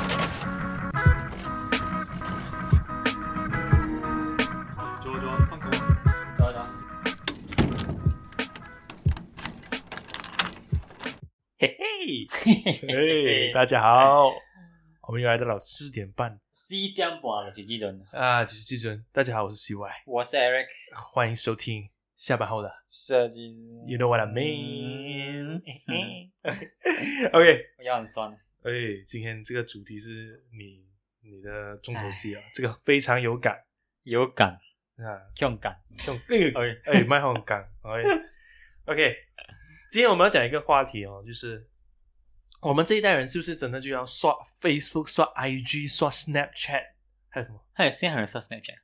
啊嘿 嘿，哎 嘿，大家好，我们又来到了四点半四点半就是这种。啊，就是记准。大家好，我是 CY，我是 Eric，欢迎收听下班后的设计师。 You know what I mean？OK，嗯 我腰很酸。哎，今天这个主题是你你的重头戏啊，这个非常有感有感，啊，勇感。用更有哎哎，蛮好感哎。OK，今天我们要讲一个话题哦，就是我们这一代人是不是真的就要刷 Facebook、刷 IG、刷 Snapchat，还有什么？还有现在还有刷 Snapchat，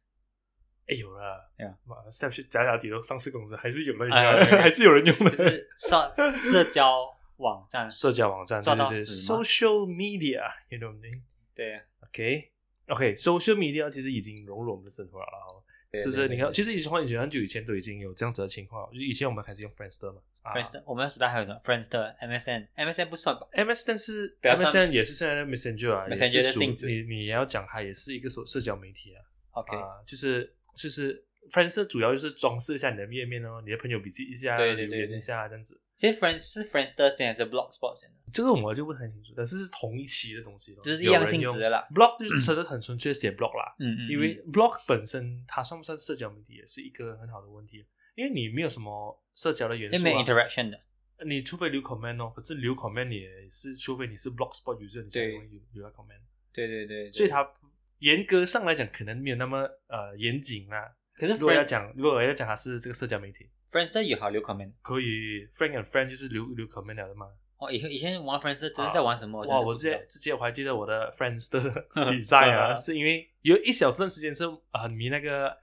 哎，有了，对啊妈，Snapchat 假假底都上市公司，还是有人用哎的，对还是有人用就的。是刷社交网站。社交网站，对刷对到对死吗，social media，you know what I mean？对啊， OK，OK，social、media 其实已经融入我们的生活了哦。对是不对是？对你看，对其实以前很久很久以前都已经有这样子的情况了，就是以前我们开始用 Friendster 嘛啊 Friendster，我们时代还有什么 Friendster、MSN、MSN 不算吧？ ，MS 但是不要算 MSN 也是现在的 Messenger 啊，也 Messenger 是的属性质你你也要讲它也是一个社社交媒体啊 OK，啊，就是就是。Friendster 主要就是装饰一下你的页面哦，你的朋友笔记一下，对对对留言对一下这样子。其实 Friend 是 Friendster 先还是 Blogspot 先？这个我就不太清楚，但是是同一期的东西咯，就是一样性有质人的用啦。嗯 blog 就是真的很纯粹写 blog 啦，嗯嗯，因为 blog 本身它算不算社交媒体也是一个很好的问题，因为你没有什么社交的元因为素没有啊， interaction 的。你除非留 comment 哦，可是留 comment 也是，除非你是 blogspot user，你才对会留留到 comment，对对对，所以它严格上来讲可能没有那么呃严谨啦。可是如果要 Friend 讲，如果要讲它是这个社交媒体， Friendster 也好留 comment。可以 friend and friend 就是留留 comment 了的嘛。哦，以前以前玩 Friendster 真的在玩什么？我真啊哇！是我不直知道接直接我还记得我的 Friends 的 比赛啊，是因为有一小段时间是呃很迷那个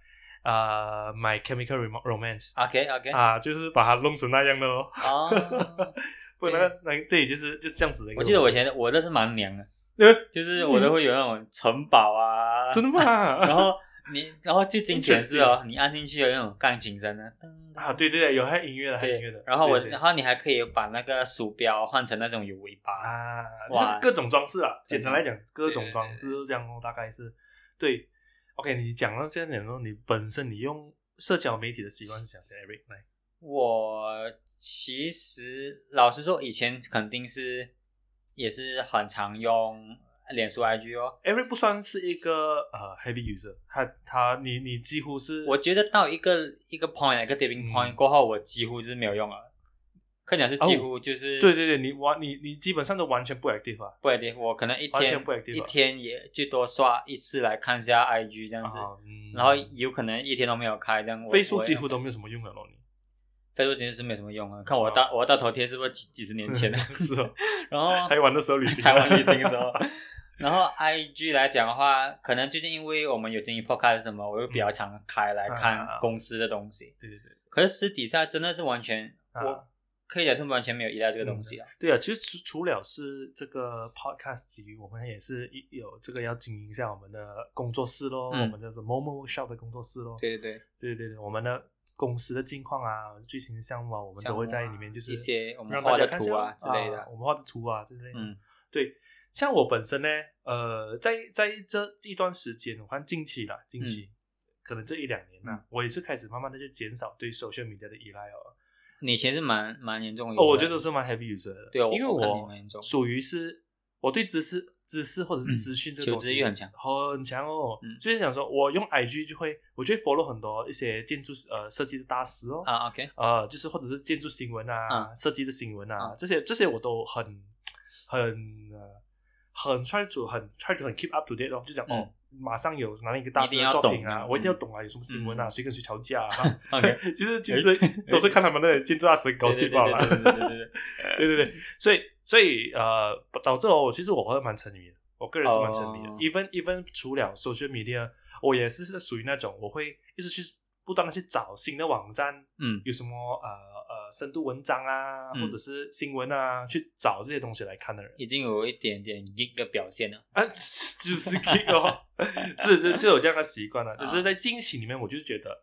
呃 My Chemical Remo- Romance OK OK 啊，就是把它弄成那样的咯。 哦，不然那个那个对，就是就是这样子的一个我东记西。得我以前我的是蛮娘的，呃就是我都会有那种城堡啊，真的吗？ 然后你然后最经典是哦，你按进去有那种钢琴声呢， 啊，对对对，有还有音乐的，还有音乐的对，。然后我对对然后你还可以把那个鼠标换成那种有尾巴，啊，就哇是各种装饰啊，简单来讲，各对种装饰这样哦，大概是对。OK，你讲到这样讲说，你本身你用社交媒体的习惯是想谁？Eric 来我其实老实说，以前肯定是也是很常用脸书 IG 哦。 Eric 不算是一个呃 heavy user，他他你你几乎是我觉得到一个一个 point 一个 tipping point 嗯过后，我几乎是没有用了，可以讲是几乎就是、哦对对对，你完你你基本上都完全不 active 啊，不 active，我可能一完全天不 active 一啊天也最多刷一次来看一下 IG 这样子，啊嗯然后有可能一天都没有开这样。我 Facebook 我几乎都没有什么用了咯，你 Facebook 简直是没什么用啊！看我大、啊？我大头贴是不是几几十 年前的 是哦，然后 台湾的时候旅行啊，台湾旅行的时 候，然后 IG 来讲的话，可能最近因为我们有经营 podcast 什么，我又比较常开来嗯啊啊看啊公司的东西。对对对，可是私底下真的是完全，啊我可以讲是完全没有依赖这个东西啊。对啊，其实除除了是这个 podcast 之余，我们也是一有这个要经营一下我们的工作室咯，嗯我们叫做 Momo Workshop 的工作室咯，对对对，对对对，我们的公司的近况啊，最新的项目啊，我们像都会我在里面就是啊一些我们让画大家的看一图下啊之类的啊，我们画的图啊之类的。嗯，对，像我本身呢，呃，在在这一段时间，我看近期啦，近期、可能这一两年啦，嗯我也是开始慢慢的就减少对 social media 的依赖哦。你以前是蛮蛮严重的。哦，我觉得是蛮 heavy user 的，对我因为我看你我蛮严重嗯属于是，我对知识、知识或者是资讯这个求东西知欲很强很强哦。嗯就是想说，我用 IG 就会，我就会 follow 很多一些建筑呃设计的大师哦，啊，OK，呃，就是或者是建筑新闻啊、嗯设计的新闻啊，嗯这些这些我都很很呃很 try to 很 try to 很 keep up to date 哦，就讲、嗯哦，马上有哪一个大师你一定的要作品懂啊，啊我一定要嗯懂啊，有什么新闻啊，嗯谁跟谁吵架啊 OK 其实其实都是看他们的建筑大师搞对笑罢了，对对对对 对对对对，所以所以呃，导致我其实我会蛮沉迷的，我个人是蛮沉迷的。哦 even even 除了 social media，我也是属于那种我会一直去不断的去找新的网站，嗯有什么呃呃深度文章啊，嗯或者是新闻啊，去找这些东西来看的人。已经有一点点 geek 的表现了。啊， 就是 geek 哦， 是是就有这样的习惯了。啊啊就是在近期里面，我就觉得，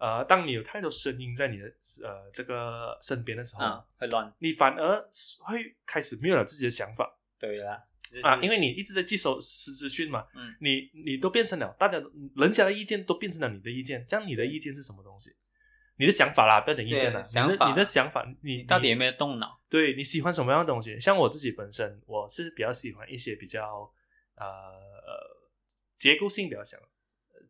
呃，当你有太多声音在你的呃这个身边的时候，啊，会乱，你反而是会开始没有了自己的想法。对啦，只是啊，因为你一直在接受实资讯嘛，嗯你你都变成了大家人家的意见都变成了你的意见，这样你的意见是什么东西？你的想法啦，不要讲意见啦，对你想的法你的想法，你你到底有没有有动脑？对你喜欢什么样的东西？像我自己本身，我是比较喜欢一些比较呃呃结构性比较强，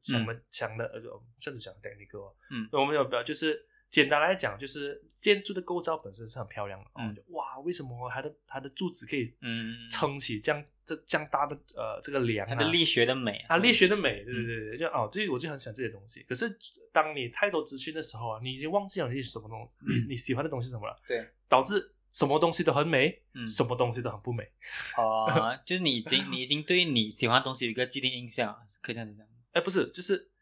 什么强的呃，甚至讲 technical，啊嗯我们有比较就是。简单来讲，就是建筑的构造本身是很漂亮的，嗯哦就哇，为什么它的它的柱子可以嗯，撑起这样这这样大的呃这个梁、它啊，的力学的美啊，力学的美，嗯对对对对，就哦，这我就很喜欢这些东西。可是当你太多资讯的时候啊，你已经忘记了你是什么东西，你你喜欢的东西是什么了，嗯对，导致什么东西都很美，嗯什么东西都很不美。 哦，就是你已经你已经对你喜欢的东西有一个既定印象，啊可以这样子讲。哎，不是，就是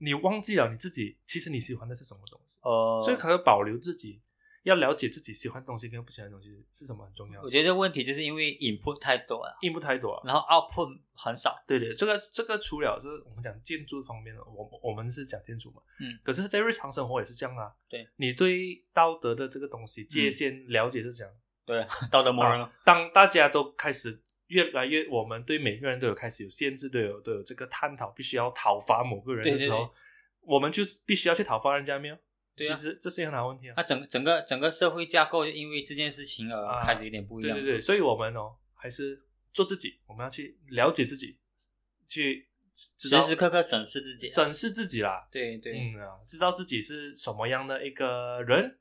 你忘记了你自己其实你喜欢的是什么东西，哦，所以可能保留自己，要了解自己喜欢的东西跟不喜欢的东西是什么很重要我。觉得这个问题就是因为 input 太多了，应不太多啊，然后 output 很少。对对，这个这个除了就是我们讲建筑方面的，我我们是讲建筑嘛，嗯，可是，在日常生活也是这样啊。对，嗯你对道德的这个东西界限了解是这样。对，道德魔人啊，当大家都开始越来越，我们对每个人都有开始有限制，都有都有这个探讨，必须要讨伐某个人对的时候，对对我们就是必须要去讨伐人家没有？对啊其实这是一个很好的问题啊。那整整个整个社会架构就因为这件事情啊而开始有点不一对样。对对，所以我们哦，还是做自己，我们要去了解自己，去知时道时刻刻审视自己。啊审视自己啦。对对，嗯啊，知道自己是什么样的一个人，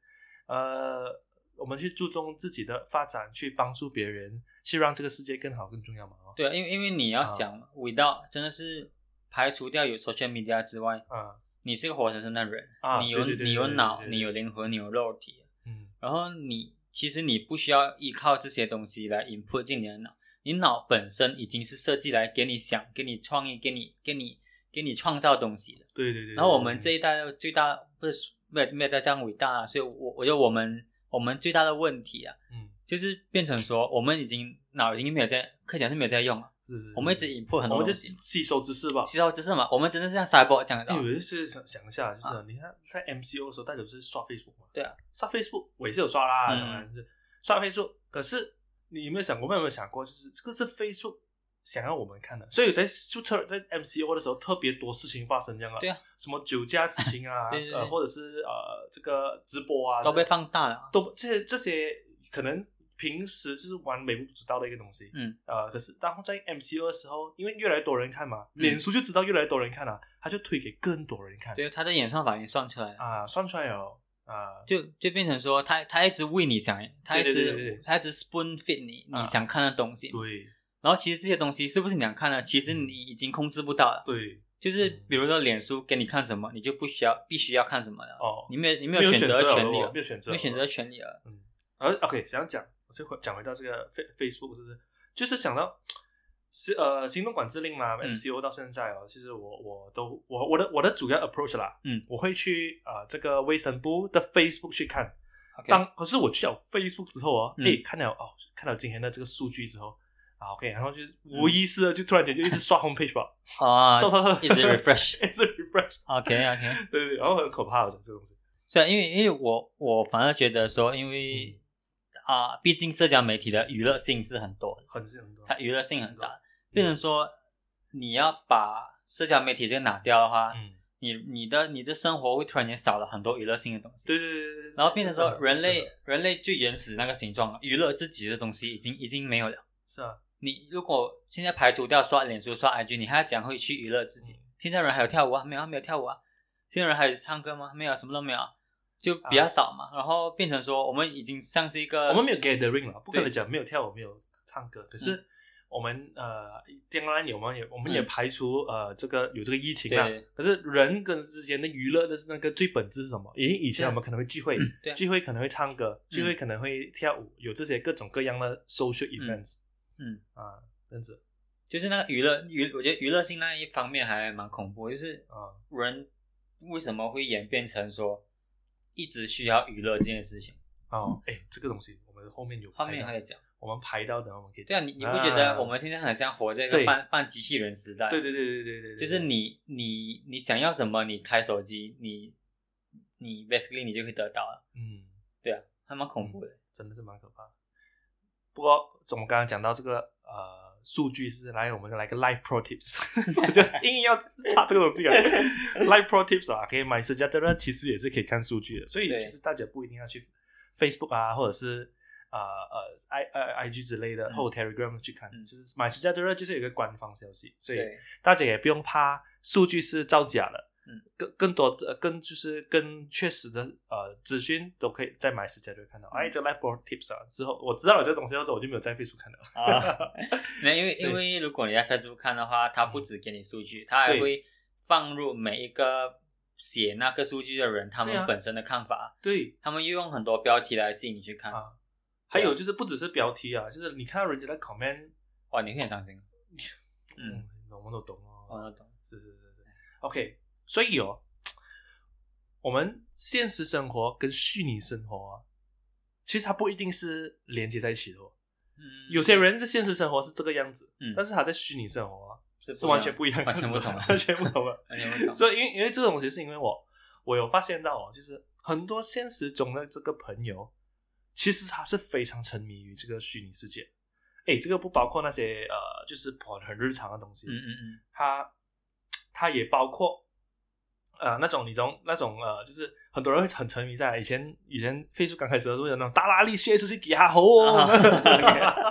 呃，我们去注重自己的发展，去帮助别人，去让这个世界更好更重要嘛。哦对啊，因为因为你要啊想，without 真的是排除掉有 social media 之外，啊，你是个活生生的人，啊你有对对对你有对对脑，对对你有灵魂，你有肉体，嗯然后你其实你不需要依靠这些东西来 input 进你的脑，你脑本身已经是设计来给你想、给你创意、给你、给你、给你创造东西的。对对对。然后我们这对一代最大不是没有没有在这样伟大、啊，所以我我觉得我们我们最大的问题啊，对嗯就是变成说我们已经脑已经没有在，可以讲是没有在用了，是是是，我们一直 input 很嗯我多们就东西吸，吸收知识吧。吸收知识嘛，我们真的是像 cyborg 这样的哎，啊我，就是想想一下，就是你看在 MCO 的时候，大家不是刷 Facebook 嘛？对啊，刷 Facebook 我也是有刷啦，嗯当然是刷 Facebook。可是你有没有想过，我们有没有想过，就是这个是 Facebook 想要我们看的，所以在就特在 MCO 的时候特别多事情发生，这样啊，对啊，什么酒驾事情啊， 对对对呃，或者是呃这个直播啊，都被放大了啊。都这些这些可能平时就是玩微不足道的一个东西，嗯，呃，可是当在 MCO 的时候，因为越来越多人看嘛，嗯脸书就知道越来越多人看了、啊他就推给更多人看，对，他的演算法已经算出来了，啊，算出来哦，啊，就就变成说他他一直为你想，他一对对对对直对他一直 spoon feed 你啊你想看的东西。对然后其实这些东西是不是你想看的，其实嗯你已经控制不到了。对嗯就是比如说脸书给你看什么，你就不需要必须要看什么了。哦，你没有你没没有有选择了权利哦了没，有选择，没有选择。权利啊了。嗯，而 OK，想讲，我就回讲回到这个 Face Facebook 是不是？就是想到是呃行动管制令嘛嗯，MCO 到现在哦，其实我我都我我的我的主要 approach 啦，嗯，我会去呃这个卫生部的 Facebook 去看， OK，当可是我去了 Facebook 之后哦，嗯诶，看了哦，看到今天的这个数据之后。啊，OK，然后就无意识的就突然间就一直刷 homepage 吧，嗯啊刷刷刷， 一直 refresh。一直 refresh， OK OK， 对对对，然后很可怕，我讲这种东西，所以因为因为我我反而觉得说，因为啊，毕竟社交媒体的娱乐性是很多的，很很多，它娱乐性很很大，变成说你要把社交媒体这个拿掉的话，嗯，你你的你的生活会突然间少了很多娱乐性的东西。对对对对对，然后变成说，是的啊人类人类最原始那个形状，娱乐自己的东西已经已经没有了。是啊，你如果现在排除掉刷脸书、刷 IG，你还要讲会去娱乐自己嗯？现在人还有跳舞啊？没有啊，没有跳舞啊。现在人还有唱歌吗？没有啊，什么都没有啊，就比较少嘛。然后变成说，我们已经像是一个我们没有 gathering 了，不可能对讲没有跳舞，没有唱歌。可是我们、呃，当然有我们也我们也嗯排除、呃这个有这个疫情啦对。可是人跟之间的娱乐的那个最本质是什么？因为以前对啊我们可能会聚会，对啊聚会可能会唱歌，聚会嗯可能会跳舞，有这些各种各样的 social events 嗯，啊，这样子就是那个娱乐娱，我觉得娱乐性那一方面还蛮恐怖，就是啊，人为什么会演变成说一直需要娱乐这件事情？哦，哎，这个东西我们后面有嗯后排面到会讲。我们排到的，我们可以对啊，你你不觉得我哎啊们现在很像活在一对个半半机器人时代？对对对对对对对，就是你你你想要什么，你开手机，你你 basically 你就会得到了。嗯。对啊，还蛮恐怖的。真的是蛮可怕的。不过我们刚刚讲到这个呃数据是来我们来个 Live Pro Tips，我就 硬要插这个东西啊。Live Pro Tips 啊，可以买私家车，其实也是可以看数据的。所以对其实大家不一定要去 Facebook 啊，或者是啊呃 I 呃 I G 之类的，嗯或者 Telegram 去看，嗯就是买私家车就是有一个官方消息，所以对大家也不用怕数据是造假的。嗯，更更多呃更就是更确实的呃资讯都可以在买私家车看到。嗯哎，这个 Live Pro Tips 啊，之后我知道了这个东西之后，我就没有在 Facebook 看到。 啊，那因为所以因为如果你在 Facebook 看的话，它不只给你数据，它还对会放入每一个写那个数据的人他对啊们本身的看法， 对他们又用很多标题来吸引你去看。啊，还有就是不只是标题啊，就是你看到人家在 comment，哇，你会很伤心。嗯，啊嗯，我们都懂哦。我懂。是是是是。OK，所以哦，我们现实生活跟虚拟生活、啊，其实它不一定是连接在一起的、哦。嗯，有些人的现实生活是这个样子，嗯但是他在虚拟生活、啊、是是完全不一样的，完全不同啊 完全不同的。完全不同。所以，因为因为这种东西是因为我我有发现到哦，就是很多现实中的这个朋友，其实他是非常沉迷于这个虚拟世界。哎，这个不包括那些呃，就是很很日常的东西，嗯嗯嗯，它它也包括呃那种你懂那种呃，就是很多人会很沉迷在以前以前飞速刚开始的时候有那种大拉力学出去给他吼，哦啊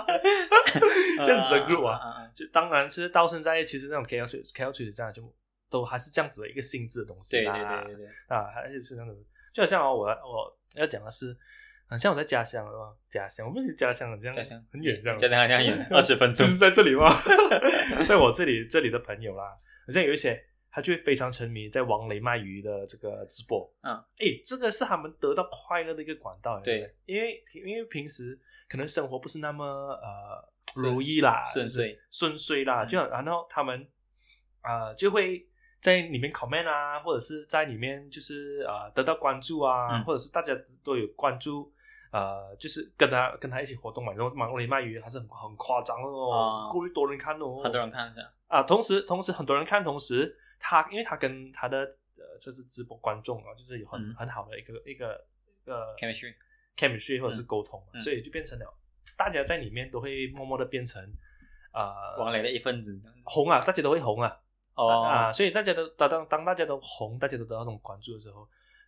这样子的 group 啊，啊啊，啊就当然是到现在其实那种 KL 水 KL 水站就都还是这样子的一个性质的东西对啦对对对对，啊，还是这样子，就好像哦，我我要讲的是。很像我在家乡哦，家乡，我们离家乡很像家乡很远，这样家乡好像 远二十分就钟。是在这里吗？ 在我这里这里的朋友啦，好像有一些他就会非常沉迷在王雷卖鱼的这个直播。嗯，哎，这个是他们得到快乐的一个管道。对不，因为因为平时可能生活不是那么呃如意啦，顺就是遂顺遂啦，嗯就然后他们呃就会。在里面 comment 啊，或者是在里面就是呃得到关注啊，嗯或者是大家都有关注，呃，就是跟他跟他一起活动嘛，然后马龙雷卖鱼还是很很夸张的哦，啊过于多人看哦，很多人看一下，啊。同时，同时很多人看，同时他因为他跟他的呃，就是直播观众啊，就是有很、嗯很好的一个一个一个 Chemistry chemistry 或者是嗯沟通嘛，嗯所以就变成了大家在里面都会默默的变成呃王磊的一份子。红啊，大家都会红啊，啊，哦，所以大家都当当当大家都红，大家都得到这种关注的时候，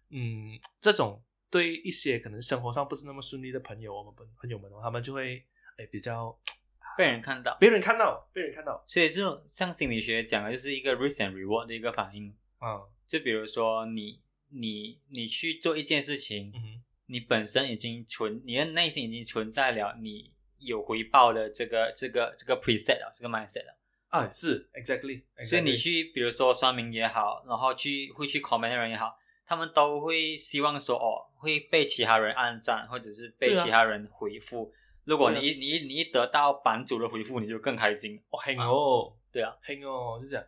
嗯，这种对一些可能生活上不是那么顺利的朋友，我们朋朋友们哦，他们就会哎比较 被人看到。被人看到，被人看到，所以这种像心理学讲的，就是一个 risk and reward 的一个反应。嗯就比如说你你你去做一件事情嗯，哼你本身已经存，你的内心已经存在了你有回报的这个这个这个 preset 了，这个 mindset 了。啊是 exactly，, exactly 所以你去，比如说酸民也好，然后去会去 comment 的人也好，他们都会希望说哦，会被其他人按赞，或者是被对啊其他人回复。如果对你啊一你一你一得到版主的回复，你就更开心。哦很哦对啊很哦就这样，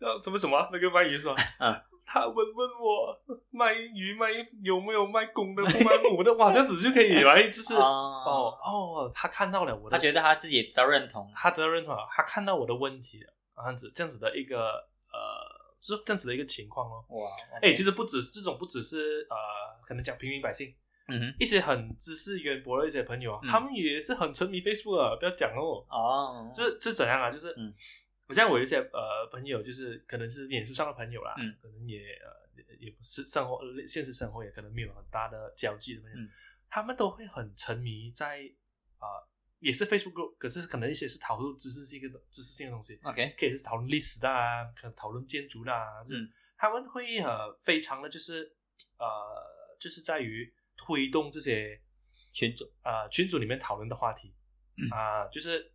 呃什么什么那个卖鱼是吧？嗯。 他问问我卖鱼卖有没有卖公的不卖母的，哇，这样子就可 以来，就是、哦哦，哦，他看到了我的，他觉得他自己得到认同，他得到认同了，他看到我的问题了，这样子这样子的一个呃，是这样子的一个情况咯。哇，哎、其实不只是这种，不只是呃，可能讲平民百姓，嗯哼，一些很知识渊博的一些朋友啊，嗯他们也是很沉迷 Facebook 啊，不要讲哦，哦，就是是怎样啊？就是，嗯，我像我有一些呃朋友，就是可能是脸书上的朋友啦，嗯，可能也呃也也不是生活呃现实生活也可能没有很大的交际的朋友，嗯他们都会很沉迷在啊、呃也是 Facebook group，可是可能一些是讨论知识性的知识性的东西， OK，可以是讨论历史的啊，可能讨论建筑的啊，就是嗯他们会呃非常的就是呃就是在于推动这些群主呃群组里面讨论的话题嗯啊、就是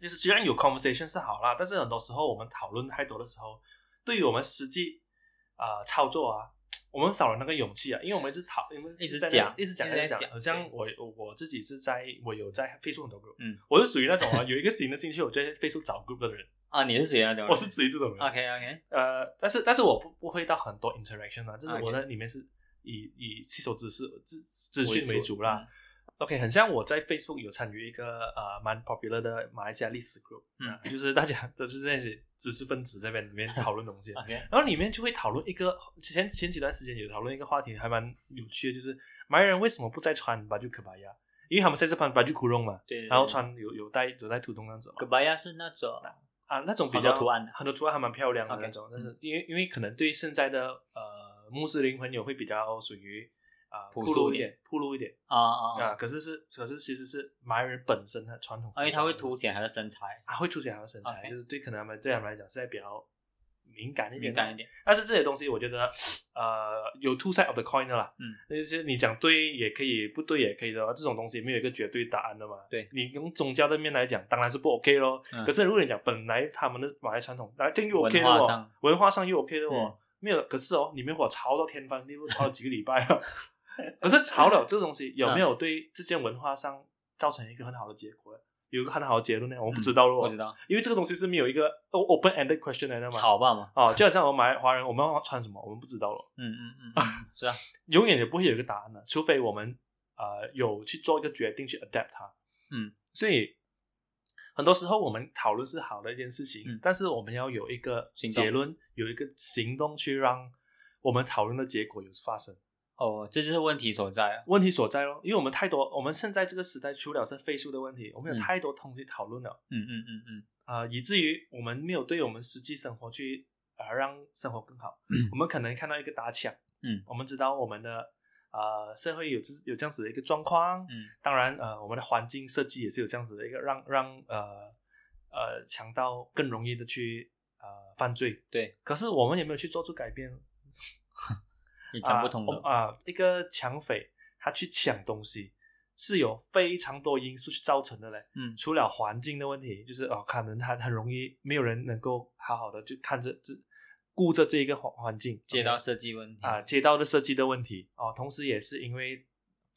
就是虽然有 conversation 是好啦，但是很多时候我们讨论太多的时候，对于我们实际啊、呃操作啊，我们少了那个勇气啊，因为我们一直讨，因为一直在那讲一直讲，一一直直在讲讲。好像对我我我自己是在我有在 Facebook 很多 group，嗯，我是属于那种啊有一个新的兴趣，我就在 Facebook 找 group 的 人，啊，你是谁那种？我是属于这种人。 OK OK，呃，但是但是我不不会到很多 interaction 啊，就是 OK 我那里面是以以吸收知识资资讯为主啦。嗯。 OK，很像我在 Facebook 有参与一个呃蛮 popular 的马来西亚历史 group，嗯，啊就是大家都是那些知识分子在那边里面讨论东西 OK， 然后里面就会讨论一个前前几段时间有讨论一个话题，还蛮有趣的，就是马来人为什么不再穿巴就可巴呀？因为他们现在是穿 baju kurung 嘛，对对然后穿有有带有带图洞那样子嘛 g，b a y a 是那种啊，那种比很较多图案的很多图案还蛮漂亮的 OK 嗯那种，但是因为因为可能对现在的呃穆斯林朋友会比较属于啊朴铺素路一一点，铺路一点啊啊，啊，啊可是是可是其实是马来人本身的传统服装，而且它会凸啊显他的身材，啊会凸显他的身材， OK 就是对可能他们对他们来讲是在比较敏感一敏点的，感一点。但是这些东西我觉得，呃，有 two side of the coin 的啦。嗯，那些你讲对也可以，不对也可以的话，这种东西没有一个绝对答案的嘛。对你用宗教的面来讲，当然是不 OK 咯。嗯可是如果你讲本来他们的马来传统，来定又文 OK 的化哦上，文化上又 OK 的嗯哦，没有。可是哦，你们我吵到天翻地覆，吵了几个礼拜了。 可是吵了这东西有嗯没有对这件文化上造成一个很好的结果呢？有一个很好的结论呢？我不知道嗯咯，不知道，因为这个东西是没有一个 open ended question 来的嘛。吵吧嘛，哦，就好像我们马来华人，我们要穿什么，我们不知道了，嗯嗯嗯 嗯，是啊，永远也不会有一个答案的，除非我们呃有去做一个决定去 adapt 它。嗯，所以很多时候我们讨论是好的一件事情，嗯但是我们要有一个行动结论，有一个行动去让我们讨论的结果有发生。哦，这就是问题所在啊，问题所在咯，因为我们太多，我们现在这个时代除了是飞速的问题，我嗯们有太多东西讨论了。嗯嗯嗯嗯，啊、以至于我们没有对我们实际生活去呃让生活更好。嗯 我们可能看到一个打抢，嗯，我们知道我们的呃社会有这有这样子的一个状况，嗯，当然呃我们的环境设计也是有这样子的一个让让呃呃强盗更容易的去呃犯罪，对，可是我们也没有去做出改变，也嗯讲不通啊的我，啊一个抢匪他去抢东西是有非常多因素去造成的嘞。嗯除了环境的问题，就是哦，可能他很容易没有人能够好好的就看着这顾着这一个环环境，街道 OK？设计问题啊，街道的设计的问题哦，同时也是因为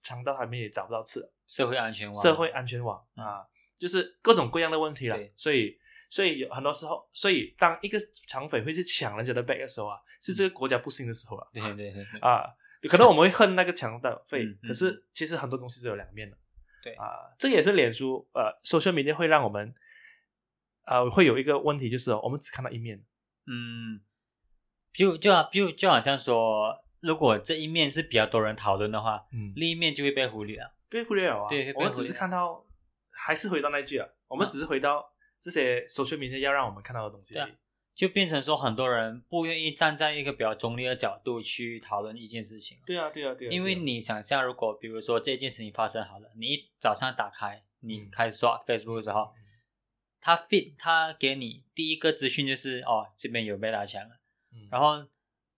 肠道他们也找不到吃的，社会安全网，嗯社会安全网啊，就是各种各样的问题啦对。所以，所以有很多时候，所以当一个抢匪会去抢人家的 bag 的时候啊，是这个国家不幸的时候啊对，对对对 对，啊，可能我们会恨那个强盗费，嗯嗯可是其实很多东西是有两面的。对啊、这也是脸书呃，social media 会让我们呃会有一个问题，就是哦我们只看到一面。嗯，比如就啊，比如就好像说，如果这一面是比较多人讨论的话，嗯，另一面就会被忽略啊。被忽略了啊。对被忽我略们只是看到，还是回到那句啊，我们嗯只是回到这些 social media 要让我们看到的东西而已。就变成说，很多人不愿意站在一个比较中立的角度去讨论一件事情，对啊，对啊，对啊。因为对啊你想象，如果比如说这件事情发生好了，你一早上打开，你嗯开始刷 Facebook 的时候，他 feed 他给你第一个资讯就是哦，这边有被打抢了，嗯然后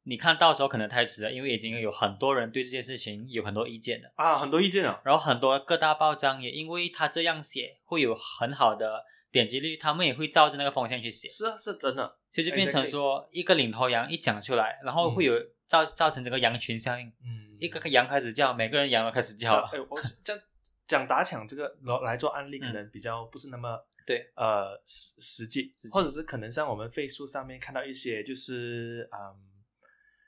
你看到的时候可能太迟了，因为已经有很多人对这件事情有很多意见了。啊，很多意见啊。然后很多各大报章也因为他这样写，会有很好的点击率，他们也会照着那个方向去写，是啊，是真的。所以就变哎成说一个领头羊一讲出来，然后会有造造成整个羊群效应，嗯，一个羊开始叫，每个人羊都开始叫啊了哎、。我这样讲打抢这个来来做案例，可能比较不是那么、嗯对呃实实际实际，或者是可能像我们 Facebook 上面看到一些就是嗯，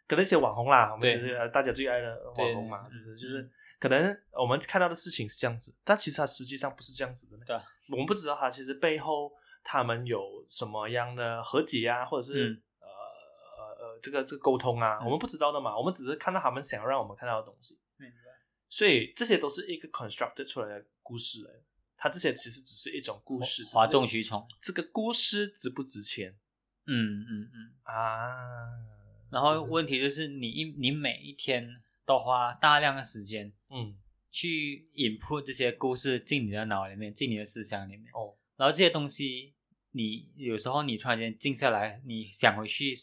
可能一些网红啦，我们对就是呃大家最爱的网红嘛，对嗯就是就是可能我们看到的事情是这样子，但其实它实际上不是这样子的呢。对啊我们不知道它其实背后他们有什么样的和解啊，或者是、嗯呃呃呃这个这个沟通啊，嗯我们不知道的嘛，我们只是看到他们想要让我们看到的东西。所以这些都是一个 constructed 出来的故事来的，它这些其实只是一种故事，哦哗只是众取宠。这个故事值不值钱嗯嗯嗯。啊？然后是不是，问题就是你一你每一天都花大量的时间嗯，去 input 这些故事进你的脑里面，进你的思想里面。哦，然后这些东西，你有时候你突然间静下来，你想回去，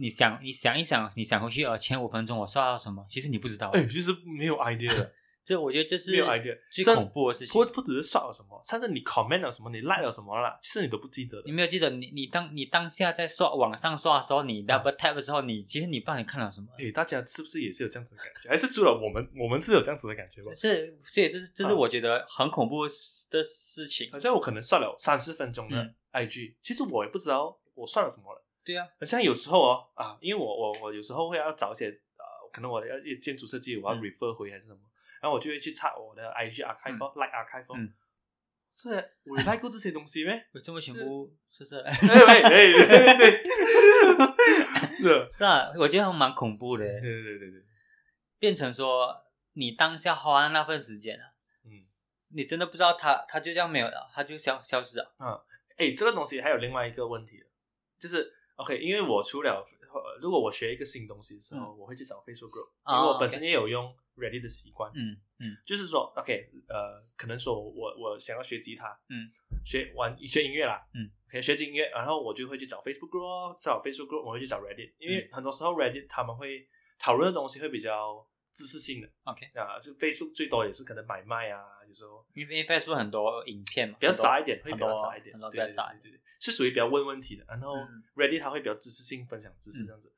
你想你想一想，你想回去呃前五分钟我刷到什么，其实你不知道。哎，就是没有 idea 的，这我觉得这是没有 idea，最甚恐怖的事情不。不只是刷了什么，甚至你 comment 了什么，你 like 了什么啦，其实你都不记得的你。没有记得你你当你当下在刷网上刷的时候，嗯你 double tap 的时候，你其实你不知道你看了什么。哎，大家是不是也是有这样子的感觉？还是除了我们，我们是有这样子的感觉吧？这所以这是这是啊呃我觉得很恐怖的事情好。像我可能算了三十分钟的嗯 IG，其实我也不知道我算了什么了。对啊，好像有时候哦啊，因为我我我有时候会要找一些呃，可能我要一建筑设计，我要嗯 refer 回还是什么，然后我就会去查我的 IG archive、like 哦 archive，、嗯是我有 like 过这些东西咩？ 我这么全部是是哎哎哎，对 对，是，是啊，我觉得蛮恐怖的，对对对对对，变成说你当下花那份时间啊。嗯，你真的不知道它，它就这样没有了，它就消消失了。哎，这个东西还有另外一个问题，就是 OK，因为我除了呃如果我学一个新东西的时候，我会去找 Facebook group，因啊为我嗯 OK 本身也有用 Ready 的习惯，嗯嗯就是说 OK，呃，可能说我我想要学吉他，嗯，学玩学音乐啦，嗯，OK，学音乐，然后我就会去找 Facebook group，哦找 Facebook group，我会去找 Reddit，因嗯为很多时候 Reddit 他们会讨论的东西会比较知识性的，OK，啊，就 Facebook 最多也是可能买卖啊，有时候因为因为 Facebook 很多影片嘛，比较很多杂一点，会比很较多杂一点，很多比对较杂一对对对，对是属于比较问问题的，然后。嗯 Ready 它会比较知识性分享知识嗯这样子。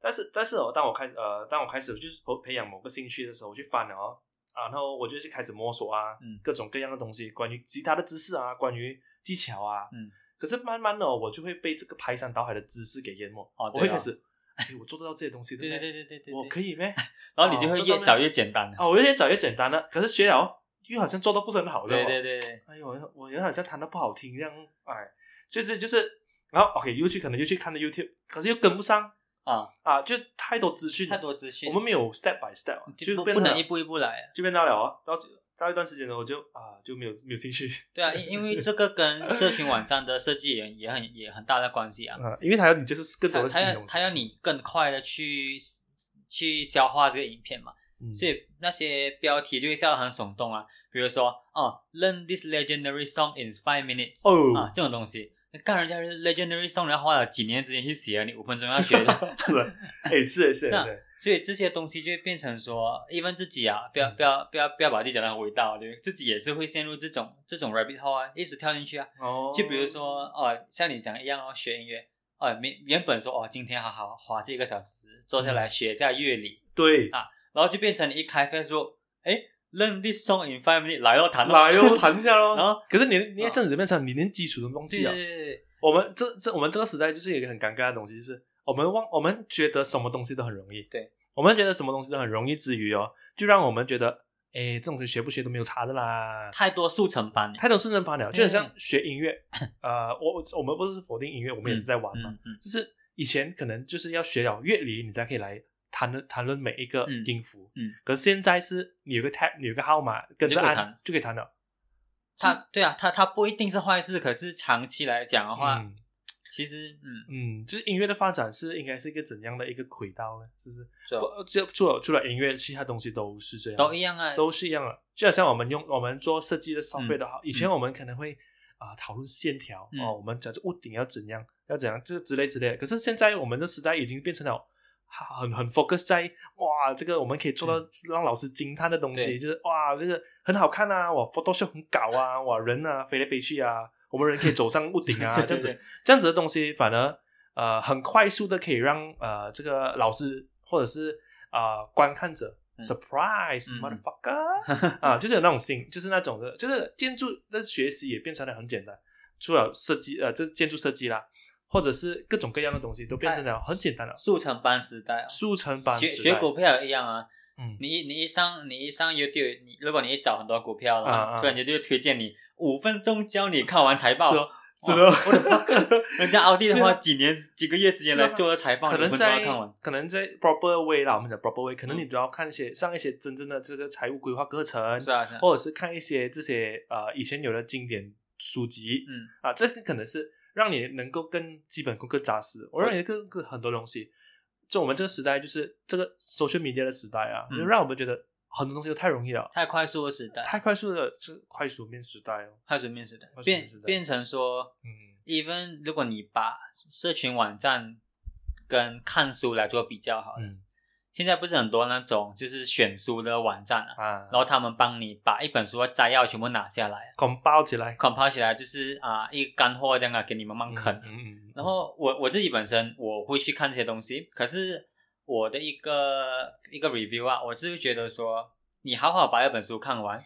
但是但是哦，当我开始呃，当我开始就是培培养某个兴趣的时候，我去翻了哦，啊，然后我就去开始摸索啊，嗯各种各样的东西，关于吉他的知识啊，关于技巧啊。嗯可是慢慢的、哦，我就会被这个排山倒海的知识给淹没，哦我对啊会开始，哎，我做得到这些东西，对不对对对对对，我可以咩？然后你就哦会这越方面找越简单了。啊，我有点找越简单了，可是学了哦又好像做的不是很好的、对对对对，哎呦，我人好像弹的不好听这样，哎，就是就是，然后 OK 又去可能又去看了 YouTube，可是又跟不上啊，啊，就太多资讯了，太多资讯，我们没有 step by step，啊就不变不到能了一步一步来啊。就变到了啊，到到一段时间呢，我就啊就没有没有兴趣对啊，因因为这个跟社群网站的设计也也很也很大的关系啊。啊，因为他要你接触更多他的他新要东西，他要你更快的去去消化这个影片嘛，嗯所以那些标题就会笑得很耸动啊，比如说哦，learn this legendary song in five minutes 啊哦，，这种东西，干人家是 legendary song，然后花了几年时间去写，你五分钟要学的 是 的，哎是的是的那对，所以这些东西就会变成说，even 自己啊，不要不要不要不要把自己讲的很伟大，对不对，自己也是会陷入这种这种 rabbit hole 啊，一直跳进去啊，哦，就比如说，哦，像你讲一样哦，学音乐，哦，没原本说哦，今天好好花这一个小时坐嗯下来学一下乐理，对，啊然后就变成你一开 Facebook，哎，learn this song in five minutes，来咯，弹咯来哦，弹一下喽，然后啊可是你你这样子变成你连基础都忘对记了对。对 对，我们这这我们这个时代就是有一个很尴尬的东西，就是我们忘我们觉得什么东西都很容易，对，我们觉得什么东西都很容易之余哦，就让我们觉得，哎，这种东西学不学都没有差的啦。太多速成班了，太多顺正八鸟，就很像嗯学音 乐，呃，我我我们不是否定音乐，我们也是在玩嘛，嗯嗯，就是以前可能就是要学了乐理，你才可以来谈论谈论每一个嗯音符，嗯可是现在是你有个 tab，你有个号码跟着就可以按弹就可以弹了，他对啊，他他不一定是坏事，可是长期来讲的话，嗯其实嗯，嗯，就是音乐的发展是应该是一个怎样的一个轨道呢？是不是？就不，就除了除了音乐，其他东西都是这样，都一样啊，都是一样的。就好像我们用我们做设计的 software 嗯的好，以前我们可能会啊、讨论线条、嗯哦，我们讲这屋顶要怎样，要怎样这之类之类的。可是现在我们的时代已经变成了。哈很很 focus 在哇，这个我们可以做到让老师惊叹的东嗯西，对就是哇，这个很好看啊，哇，Photoshop 很搞啊，哇，人啊飞来飞去啊，我们人可以走上屋顶 啊，对这样对子对，这样子的东西反而呃很快速的可以让呃这个老师或者是呃观看者、嗯 surprise 嗯嗯 motherfucker 啊，就是有那种心，就是那种的，就是建筑的学习也变成了很简单，除了设计呃这建筑设计啦，或者是各种各样的东西都变成了很简单了，速成班时代啊，速成班学时代学股票也一样啊，嗯你一你一上你一上 YouTube，你如果你一找很多股票的话，啊啊突然间就推荐你五分钟教你看完财报是。哦是哇 哦，我的妈！ 人家奥迪的是话，啊几年几个月时间来做个财报，可你五能分钟要在看完。可能在 proper way 啦，我们讲 proper way，可能嗯你都要看一些上一些真正的这个财务规划课程，是啊，是啊。或者是看一些这些呃以前有的经典书籍，嗯，啊，这个可能是让你能够更基本功更扎实。我认为更更很多东西，就我们这个时代就是这个 social media 的时代啊，嗯就让我们觉得很多东西都太容易了，太快速的时代，太快速的是快熟面时代哦。快速面时代快，速面变时代变成说嗯，even 如果你把社群网站跟看书来做比较好了，嗯现在不是很多那种就是选书的网站啊，啊，然后他们帮你把一本书的摘要全部拿下来，捆包起来， compile 起来就是啊、一个干货这样啊，给你慢慢啃。嗯嗯嗯嗯然后我我自己本身我会去看这些东西，可是我的一个一个 review 啊，我是觉得说，你好好把一本书看完，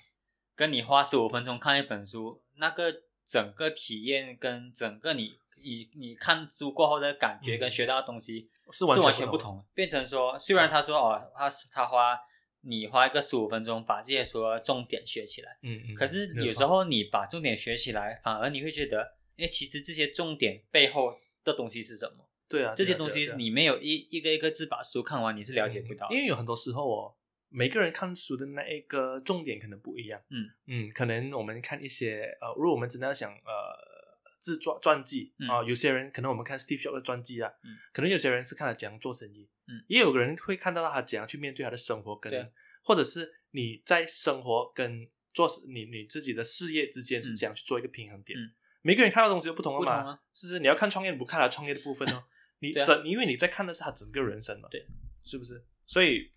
跟你花十五分钟看一本书，那个整个体验跟整个你你你看书过后的感觉嗯跟学到的东西是是完全全不，同的，变成说，虽然他说哦，他他花你花一个十五分钟把这些所有的重点学起来。嗯嗯，可是没有时错候你把重点学起来，反而你会觉得，哎，其实这些重点背后的东西是什么？对啊，这些对啊东对啊嗯西对啊你没有一一个一个字把书看完，你是了解不到的。因为有很多时候哦，每个人看书的那一个重点可能不一样。嗯嗯，可能我们看一些呃，如果我们真的要想呃自传传记嗯啊、有些人可能我们看 Steve Jobs 的传记啊，嗯可能有些人是看他怎样做生意，嗯，也有个人会看到他怎样去面对他的生活跟，对或者是你在生活跟做你你自己的事业之间是嗯怎样去做一个平衡点。嗯每个人看到的东西都不同了不同嘛，啊是不是？你要看创业，你不看他创业的部分 哦，你对啊整，因为你在看的是他整个人生嘛，对，是不是？所以，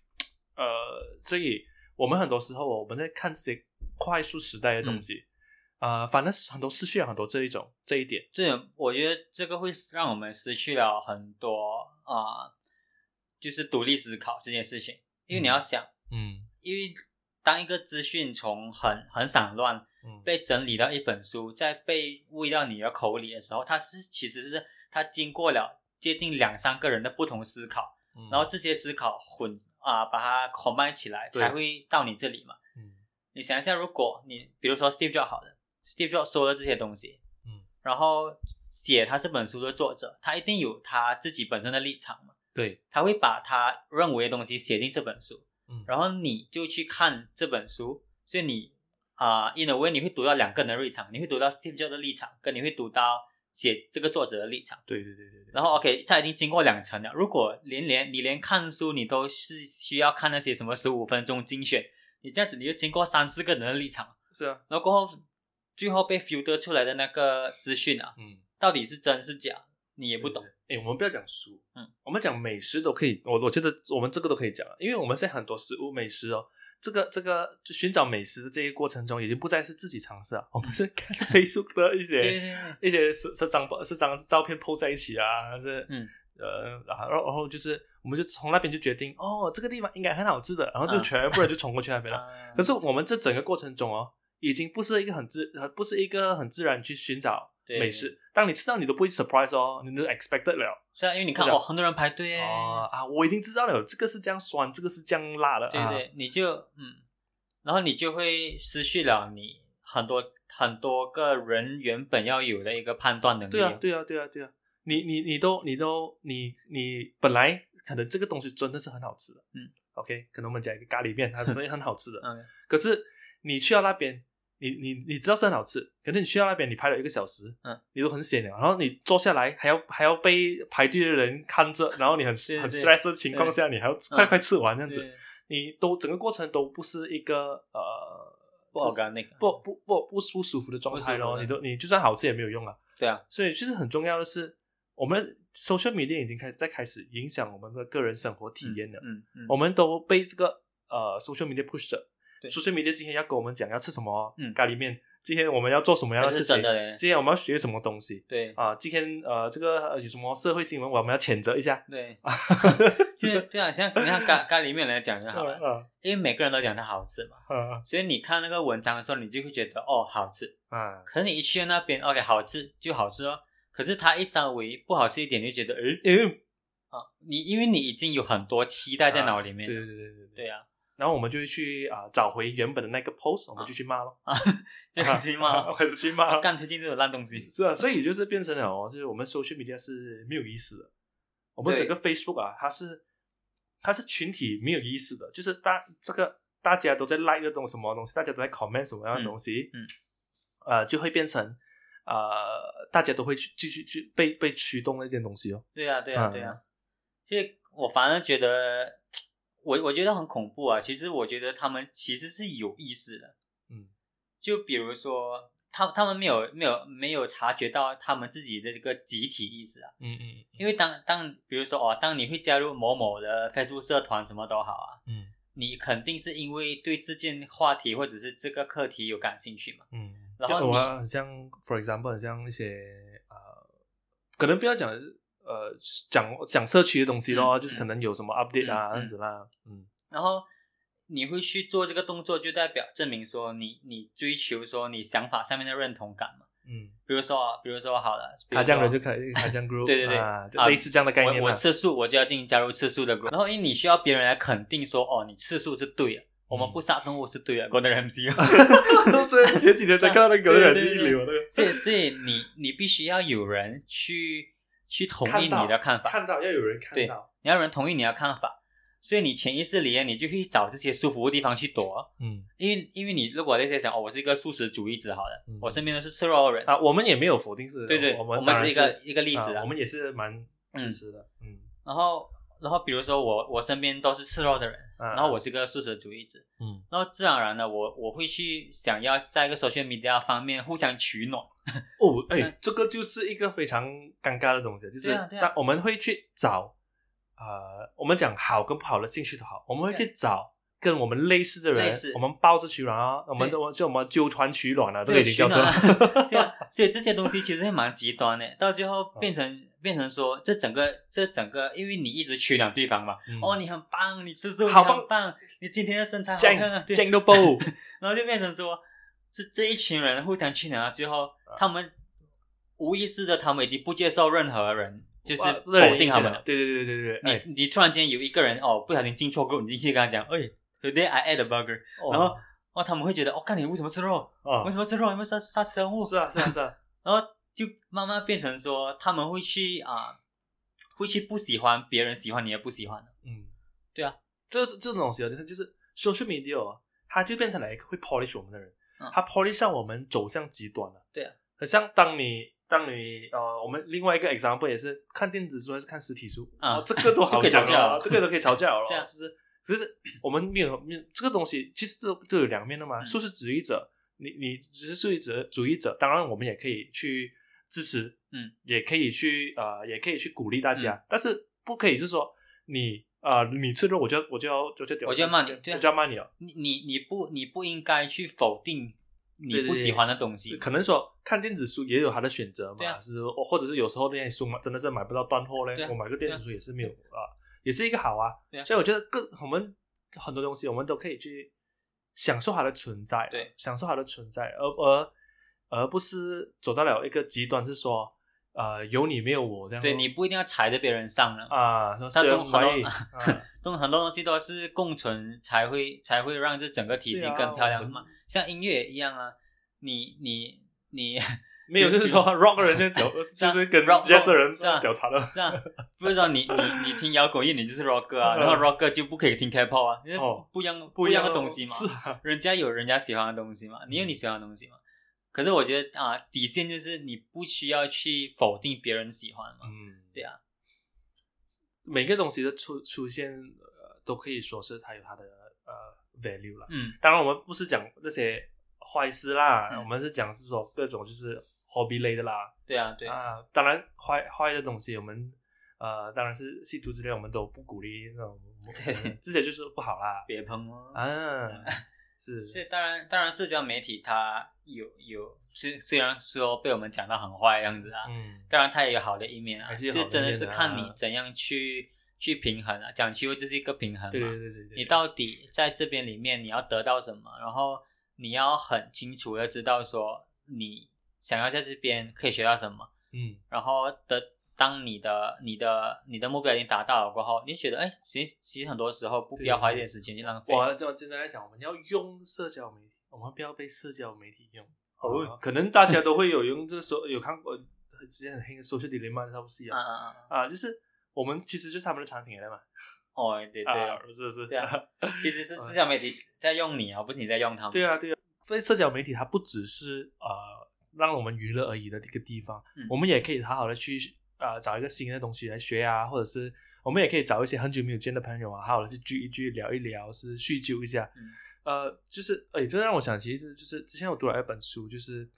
呃，所以我们很多时候哦我们在看这些快速时代的嗯东西，啊，反正是很多失去了很多这一种这一点，这种我觉得这个会让我们失去了很多啊、就是独立思考这件事情，因为你要想，嗯因为当一个资讯从很很散乱嗯，被整理到一本书，再被喂到你的口里的时候，它是其实是它经过了接近两三个人的不同思考，嗯然后这些思考混啊、把它 combine 起来，对才会到你这里嘛。嗯你想一下，如果你比如说 Steve Jobs 好了，Steve Jobs 说了这些东西，嗯，然后写他这本书的作者，他一定有他自己本身的立场嘛，对，他会把他认为的东西写进这本书，嗯，然后你就去看这本书，所以你啊、i n a way 你会读到两个人的立场，你会读到 Steve Jobs 的立场，跟你会读到写这个作者的立场。对对对对对，然后 OK，他已经经过两层了。如果连连你连看书你都是需要看那些什么十五分钟精选，你这样子你就经过三四个人的立场，是啊，然后过后最后被 filter 出来的那个资讯啊，嗯，到底是真是假，你也不懂。哎，我们不要讲书，嗯，我们讲美食都可以，我我觉得我们这个都可以讲，啊因为我们现在很多食物美食哦。这个这个就寻找美食的这一过程中，已经不再是自己尝试啊，我们是看 Facebook 的一些嗯对对对，一些是是张是张照片 p 在一起啊，是嗯呃，然后然后就是我们就从那边就决定哦，这个地方应该很好吃的，然后就嗯全部人就冲过去那边了。啊可是我们这整个过程中哦，已经不是一个很自呃不是一个很自然去寻找对美食，当你吃到你都不会 surprise 哦，你都 expected 了是啊，因为你看不了哦，很多人排队耶，哦啊，我已经知道了，这个是这样酸，这个是这样辣的对啊，对，你就嗯，然后你就会失去了你很多很多个人原本要有的一个判断能力。对啊，对啊，对啊，对啊，你你你都你都你你本来可能这个东西真的是很好吃的，嗯，OK，可能我们讲一个咖喱面，它真的很好吃的， 嗯，可是你去到那边，你你你知道是很好吃，可是你去到那边，你排了一个小时，嗯，你都很闲了，然后你坐下来还要还要被排队的人看着，然后你很对对很对嗯 stress 的情况下，你还要快快吃完这这样子，你都整个过程都不是一个呃不好干那个。不不不不不舒服的状态不舒服咯，的你都你就算好吃也没有用啊。对啊，所以其实很重要的是，我们 social media 已经开始在开始影响我们的哦个人生活体验了。嗯嗯，我们都被这个呃 social media push 的。对 social media 今天要跟我们讲要吃什么，嗯咖喱面。今天我们要做什么样那的是事真情？的嘞。今天我们要学什么东西对啊？今天呃，这个呃有什么社会新闻，我们要谴责 一下。 对，啊，现 在对啊，像你看咖咖喱面来讲就好了，啊因为每个人都讲它好吃嘛，啊所以你看那个文章的时候，你就会觉得哦好吃，啊！可是你一去那边，OK 好吃就好吃哦，可是它一稍微不好吃一点，你就觉得诶嗯，啊，你因为你已经有很多期待在脑里面对了，啊对对对对对。对啊， 然后我们就会去啊找回原本的那个 post，我们就去 骂咯，就很起嘛， 还是去骂咯。干推荐这种烂东西，是啊，所以就是变成了哦，就是我们 social media 是没有意思的。我们对整个 Facebook 啊，它是它是群体没有意思的，就是大这个大家都在 like 这种什么东西，大家都在 comment 什么样的东西，嗯嗯呃，就会变成呃，大家都会去继续去被被驱动那件东西哦。对啊，对啊，嗯对啊。所以我反而觉得，我我觉得很恐怖啊。其实我觉得他们其实是有意识的。嗯，就比如说，他他们没有没有没有察觉到他们自己的这个集体意识啊。嗯嗯因为当当比如说哦，当你会加入某某的 Facebook 社团什么都好啊，嗯你肯定是因为对这件话题或者是这个课题有感兴趣嘛。嗯，然后就你我很像，for example，很像一些呃，可能不要讲呃讲讲社区的东西咯，嗯就是可能有什么 update 嗯啊、嗯这样子啦，嗯然后你会去做这个动作，就代表证明说你你追求说你想法上面的认同感嘛。嗯。比如说，比如说好了，比如卡说酱人就可以卡酱 group，对对对啊就啊类似这样的概念我我嘛。吃素，我就要进行加入吃素的 group。然后因为你需要别人来肯定说，哦，你吃素是对的，我嗯们不杀动物是对的，Gordon Ramsay 哦。 这前几 天才看到那个啊对人对是一对流的， 所以所以你你必须要有人去去同意看到你的看法，看到要有人看到，你要有人同意你的看法。所以你潜意识里面你就去找这些舒服的地方去躲，嗯因为因为你如果在想哦，我是一个素食主义者好了，嗯我身边都是赤裸的人，啊，我们也没有否定是，对对，我我们当然只是一个一个例子啊啊。我们也是蛮支持的，嗯，然后然后比如说我我身边都是赤裸的人，然然后我是个素食主义者，啊嗯然后自然而然的我我会去想要在一个 social media 方面互相取暖，哦，哎嗯，这个就是一个非常尴尬的东西，就是对啊对啊那我们会去找，呃，我们讲好跟不好的兴趣都好，我们会去找。跟我们类似的人类似，我们抱着取暖啊，我们对就就我们揪团取暖啊，这对个已经叫做嗯取暖啊 对啊，所以这些东西其实是蛮极端的，到最后变成变成说这整个这整个，因为你一直取暖对方嘛， 嗯哦，你很棒，你吃素，好你棒很棒，你今天的身材好酱看啊，对，酱都不，然后就变成说这这一群人互相取暖到最后，啊他们无意识的他们已经不接受任何人，就是哇否定他们了。啊对对对对对对，哎，你你突然间有一个人哦，不小心进错 group，你进去跟他讲，哎，today I ate a burger，哦然后哦，他们会觉得哦，看你为什么吃肉，为哦， 什么吃肉，有没有杀杀生物？是啊是啊是啊，然后就慢慢变成说，他们会去啊，会去不喜欢别人喜欢你也不喜欢。嗯，对啊，这是这种东西啊，你看就是 social media 啊，它就变成了一个会 polish 我们的人，嗯它 polish 上我们走向极端了。对啊，很像当你当你呃，我们另外一个 example 也是看电子书还是看实体书啊哦这 个都好都可以讲吵架了，了这个都可以吵架了，哦 对啊就是就是我们没有没有这个东西，其实都都有两面的嘛，嗯素食主义者。你你只是素食者主义者，当然我们也可以去支持，嗯，也可以去呃，也可以去鼓励大家，但是不可以是说你呃，你吃肉我就要我就要我就屌我就要骂你对啊我就要骂你了。你你你不你不应该去否定对你对不喜欢的东西。可能说看电子书也有它的选择嘛，对啊是哦或者是有时候那些书嘛真的是买不到断货嘞，对啊我买个电子书也是没有啊、也是一个好啊。对啊所以我觉得更我们很多东西我们都可以去享受它的存在，啊对，享受它的存在，而而而不是走到了一个极端，是说呃有你没有我这样咯。对你不一定要踩在别人上了，啊，说但虽然很多 怀疑，啊那种很多东西都是共存才会才会让这整个体系对啊更漂亮我嘛。像音乐一样啊，你你你没有，就是 说 rock 人就屌，就是跟啊 rock- jazz 人是啊屌查 的。这样，不是说你你你听摇滚乐你就是 rock 啊，嗯然后 rock 就不可以听 K-pop 啊，因为哦不一样不不一一样样的的东西嘛。是嗯啊，人家有人家喜欢的东西嘛，你有你喜欢的东西嘛。可是我觉得啊，底线就是你不需要去否定别人喜欢嘛。嗯，对啊，每个东西的出出现，呃，都可以说是它有它的呃 value 啦。嗯，当然，我们不是讲这些坏事啦，嗯我们是讲是说各种就是 hobby 类的啦。对啊，对啊，啊，当然坏坏的东西，我们呃当然是吸毒之类，我们都不鼓励那 种，我们这些就是不好啦。别碰哦。 啊，是所以当然，当然，社交媒体它有有虽虽然说被我们讲到很坏的样子啊，嗯，当然它也有好的一面啊，还是这有好的真的是一面啊看你怎样去去平衡啊。讲究就是一个平衡嘛。对对对对对，你到底在这边里面你要得到什么，然后你要很清楚的知道说你想要在这边可以学到什么，嗯。然后的当你的你的你的目标已经达到了过后，你就觉得哎，其实其实很多时候不对必要花一点时间去浪费。我就简单来讲，我们要用社交媒体，我们不要被社交媒体用。哦啊可能大家都会有用，这时候有看过之前很黑的 social dilemma，它不是嗯一样嗯嗯嗯，啊？就是我们其实就是他们的产品来的嘛。哦，对对啊对，是是，对 啊，其实是社交媒体在用你啊，不是你在用他们。对啊，对啊。所以社交媒体它不只是呃让我们娱乐而已的一个地方，嗯我们也可以好好的去呃找一个新的东西来学啊，或者是我们也可以找一些很久没有见的朋友啊，好好的去聚一聚、聊一聊，是叙旧一下。嗯呃，就是，哎，这让我想起，其实就是之前我读了一本书，就是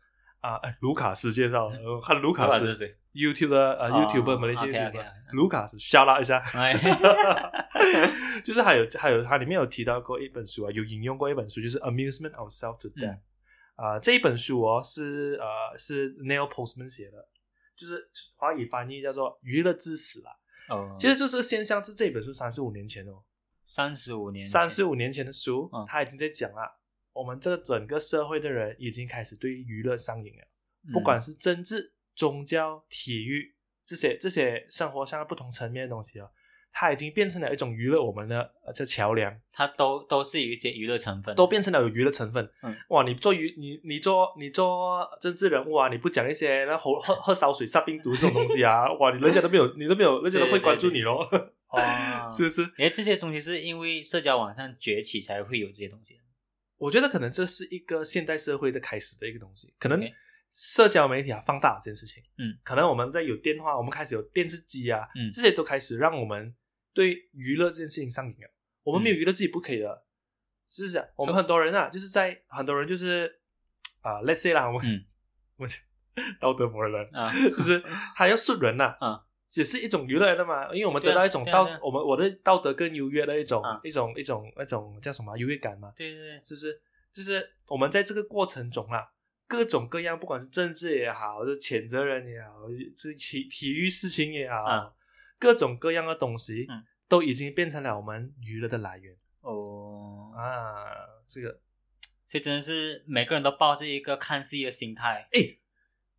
啊、哎卢卡斯介绍，呃，看卢卡嗯卢卡斯是斯谁，YouTube 的呃哦 YouTube 马来西亚 OK，OK，嗯 YouTuber， OK 卢卡斯，吓啦 一下，哎， 就是还有还有，它里面有提到过一本书啊，有引用过一本书，就是《Amusement Ourselves to 嗯 Death》啊、这一本书哦是呃是 Neil Postman 写的，就是华语翻译叫做《娱乐至死》啦。哦，其实这是现象，是这本书三十五年前哦，三十五年前，三十五年前的书嗯，他已经在讲了，我们这个整个社会的人已经开始对娱乐上瘾了，嗯不管是政治、宗教、体育这些这些生活上的不同层面的东西哦，它已经变成了一种娱乐我们的呃这桥梁，它都都是有一些娱乐成分，都变成了有娱乐成分。嗯哇，你做娱你你做你做政治人物啊，你不讲 一些那喝喝喝烧水、杀病毒这种东西啊，哇，你人家都没有，你都没有，人家都会关注你咯。哦， 是不是？因为这些东西是因为社交网上崛起才会有这些东西。我觉得可能这是一个现代社会的开始的一个东西，可能 OK 社交媒体啊放大了这件事情，嗯，可能我们在有电话，我们开始有电视机啊，嗯这些都开始让我们对娱乐这件事情上瘾了。我们嗯没有娱乐自己不可以的，是不是啊？我们很多人啊，就是在很多人就是啊、l e t s say 啦，我们、嗯 我道德魔人，啊， 就是他要顺人呐、嗯只是一种娱乐来的嘛，因为我们得对啊到一种对啊道，对啊我们我的道德更优越的一种、嗯一种一种那种叫什么啊优越感嘛，对对对，是不是？就是我们在这个过程中啊，各种各样，不管是政治也好，是谴责人也好，是体体育事情也好，嗯各种各样的东西，嗯都已经变成了我们娱乐的来源哦，啊。这个所以真的是每个人都抱着一个看戏的心态。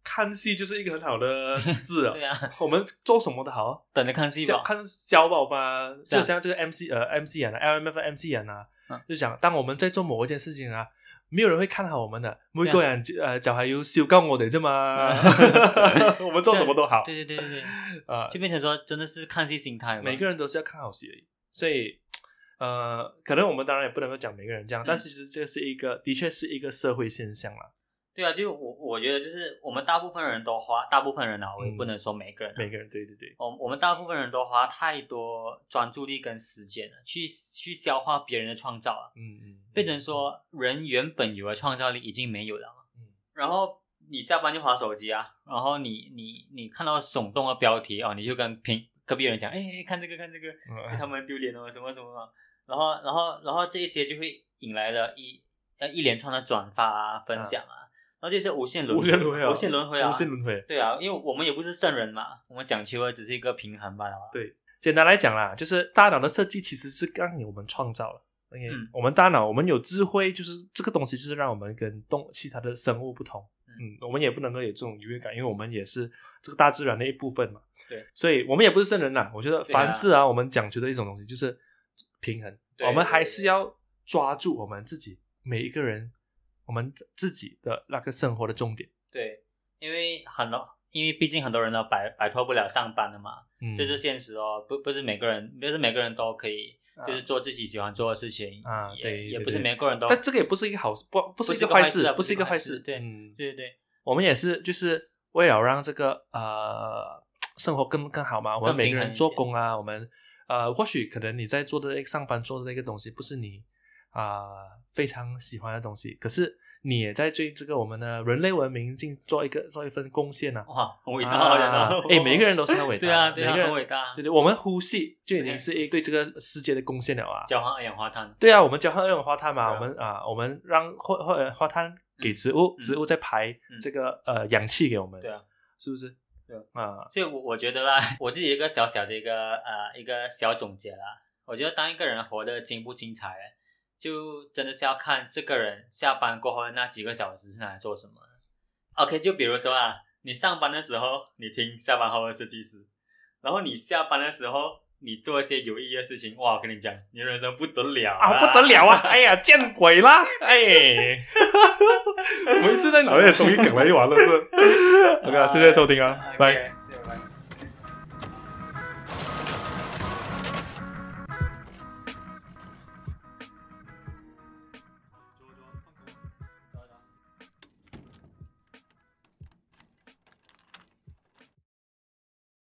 看戏就是一个很好的字啊 对。啊，我们做什么都好，等着看戏小吧。看小宝吧，是啊就像这个 MC 呃 MC 人啊，LMF 的 MC 人啊，嗯就想当我们在做某一件事情啊，没有人會看好我們的，啊每個人誒就呃係要笑鳩我哋啫嘛。 我們做什麼都好，嗯对对对对对，啊，就变成说真的是看戏心态嘛。每个人都是要看好戲而已。所以，呃，可能我們當然也不能夠講每個人嗯這樣，但其實這是一個，的確是一個社會現象啦。对啊，就我我觉得就是我们大部分人都花，大部分人啊，我也嗯不能说每个人啊、每個人，對對對，我我们大部分人都花太多专注力跟时间了，去去消化别人的创造啊，嗯嗯，变成说人原本有的创造力已经没有了嘛嗯，然后你下班就划手机啊，然后你你你看到耸动的标题哦，你就跟平隔壁人讲，哎，看这个看这个，嗯，对他们很丢脸哦，什么什么啊，然后然后然后这一些就会引来了一呃一连串的转发啊、分享啊，然后这些无限轮無限輪迴啊无限轮回啊，無限輪迴。对啊，因为我们也不是圣人嘛，我们讲求的只是一个平衡罢了。啊简单来讲啦，就是大脑的设计其实是让你我们创造了。OK，、嗯我们大脑，我们有智慧，就是这个东西，就是让我们跟动其他的生物不同。嗯嗯，我们也不能够有这种愉悦感，因为我们也是这个大自然的一部分嘛。对，所以我们也不是圣人啦。我觉得对啊凡事啊，我们讲究的一种东西就是平衡，对我们还是要抓住我们自己每一个人，我们自己的那个生活的重点。对，因为很多，因为毕竟很多人都摆摆脱不了上班的嘛，嗯，这是现实哦，不不是每个人，不是每个人都可以。啊就是做自己喜欢做的事情啊也对也对不是对每个人都。但这个也不是一个好事，不不是不一是个一个坏坏事啊事，不是是一一个个坏坏事。事对嗯对对对，我们也是就是为了让这个呃生活更更好嘛，我们每个人做工啊，我们呃或许可能你在做的上班做的那个东西不是你啊、非常喜欢的东西，可是你也在对这个我们的人类文明尽做一个做一份贡献啊。哇，很伟大啊哦，哎每个人都是很伟 大对啊，对啊，每个人很伟大对。对，我们呼吸就已经是一对这个世界的贡献了啊。交换二氧化碳，对啊，我们交换二氧化碳对啊嘛，我们啊、我们让化化化碳给植物，嗯植物再排这个、呃氧气给我们，对啊，是不是？对啊，所以我，我觉得啦，我自己一个小小的一个呃一个小总结啦，我觉得当一个人活得精不精彩，就真的是要看这个人下班过后那几个小时是拿来做什么。OK，就比如说啊，你上班的时候你听下班后的设计师，然后你下班的时候你做一些有意义的事情，哇，我跟你讲，你人生不得了啊，不得 了啊！哎呀，见鬼啦！哎，我一直在脑内，终于梗了一完了是。OK 啊，谢谢收听啊，拜。 OK，谢谢拜拜。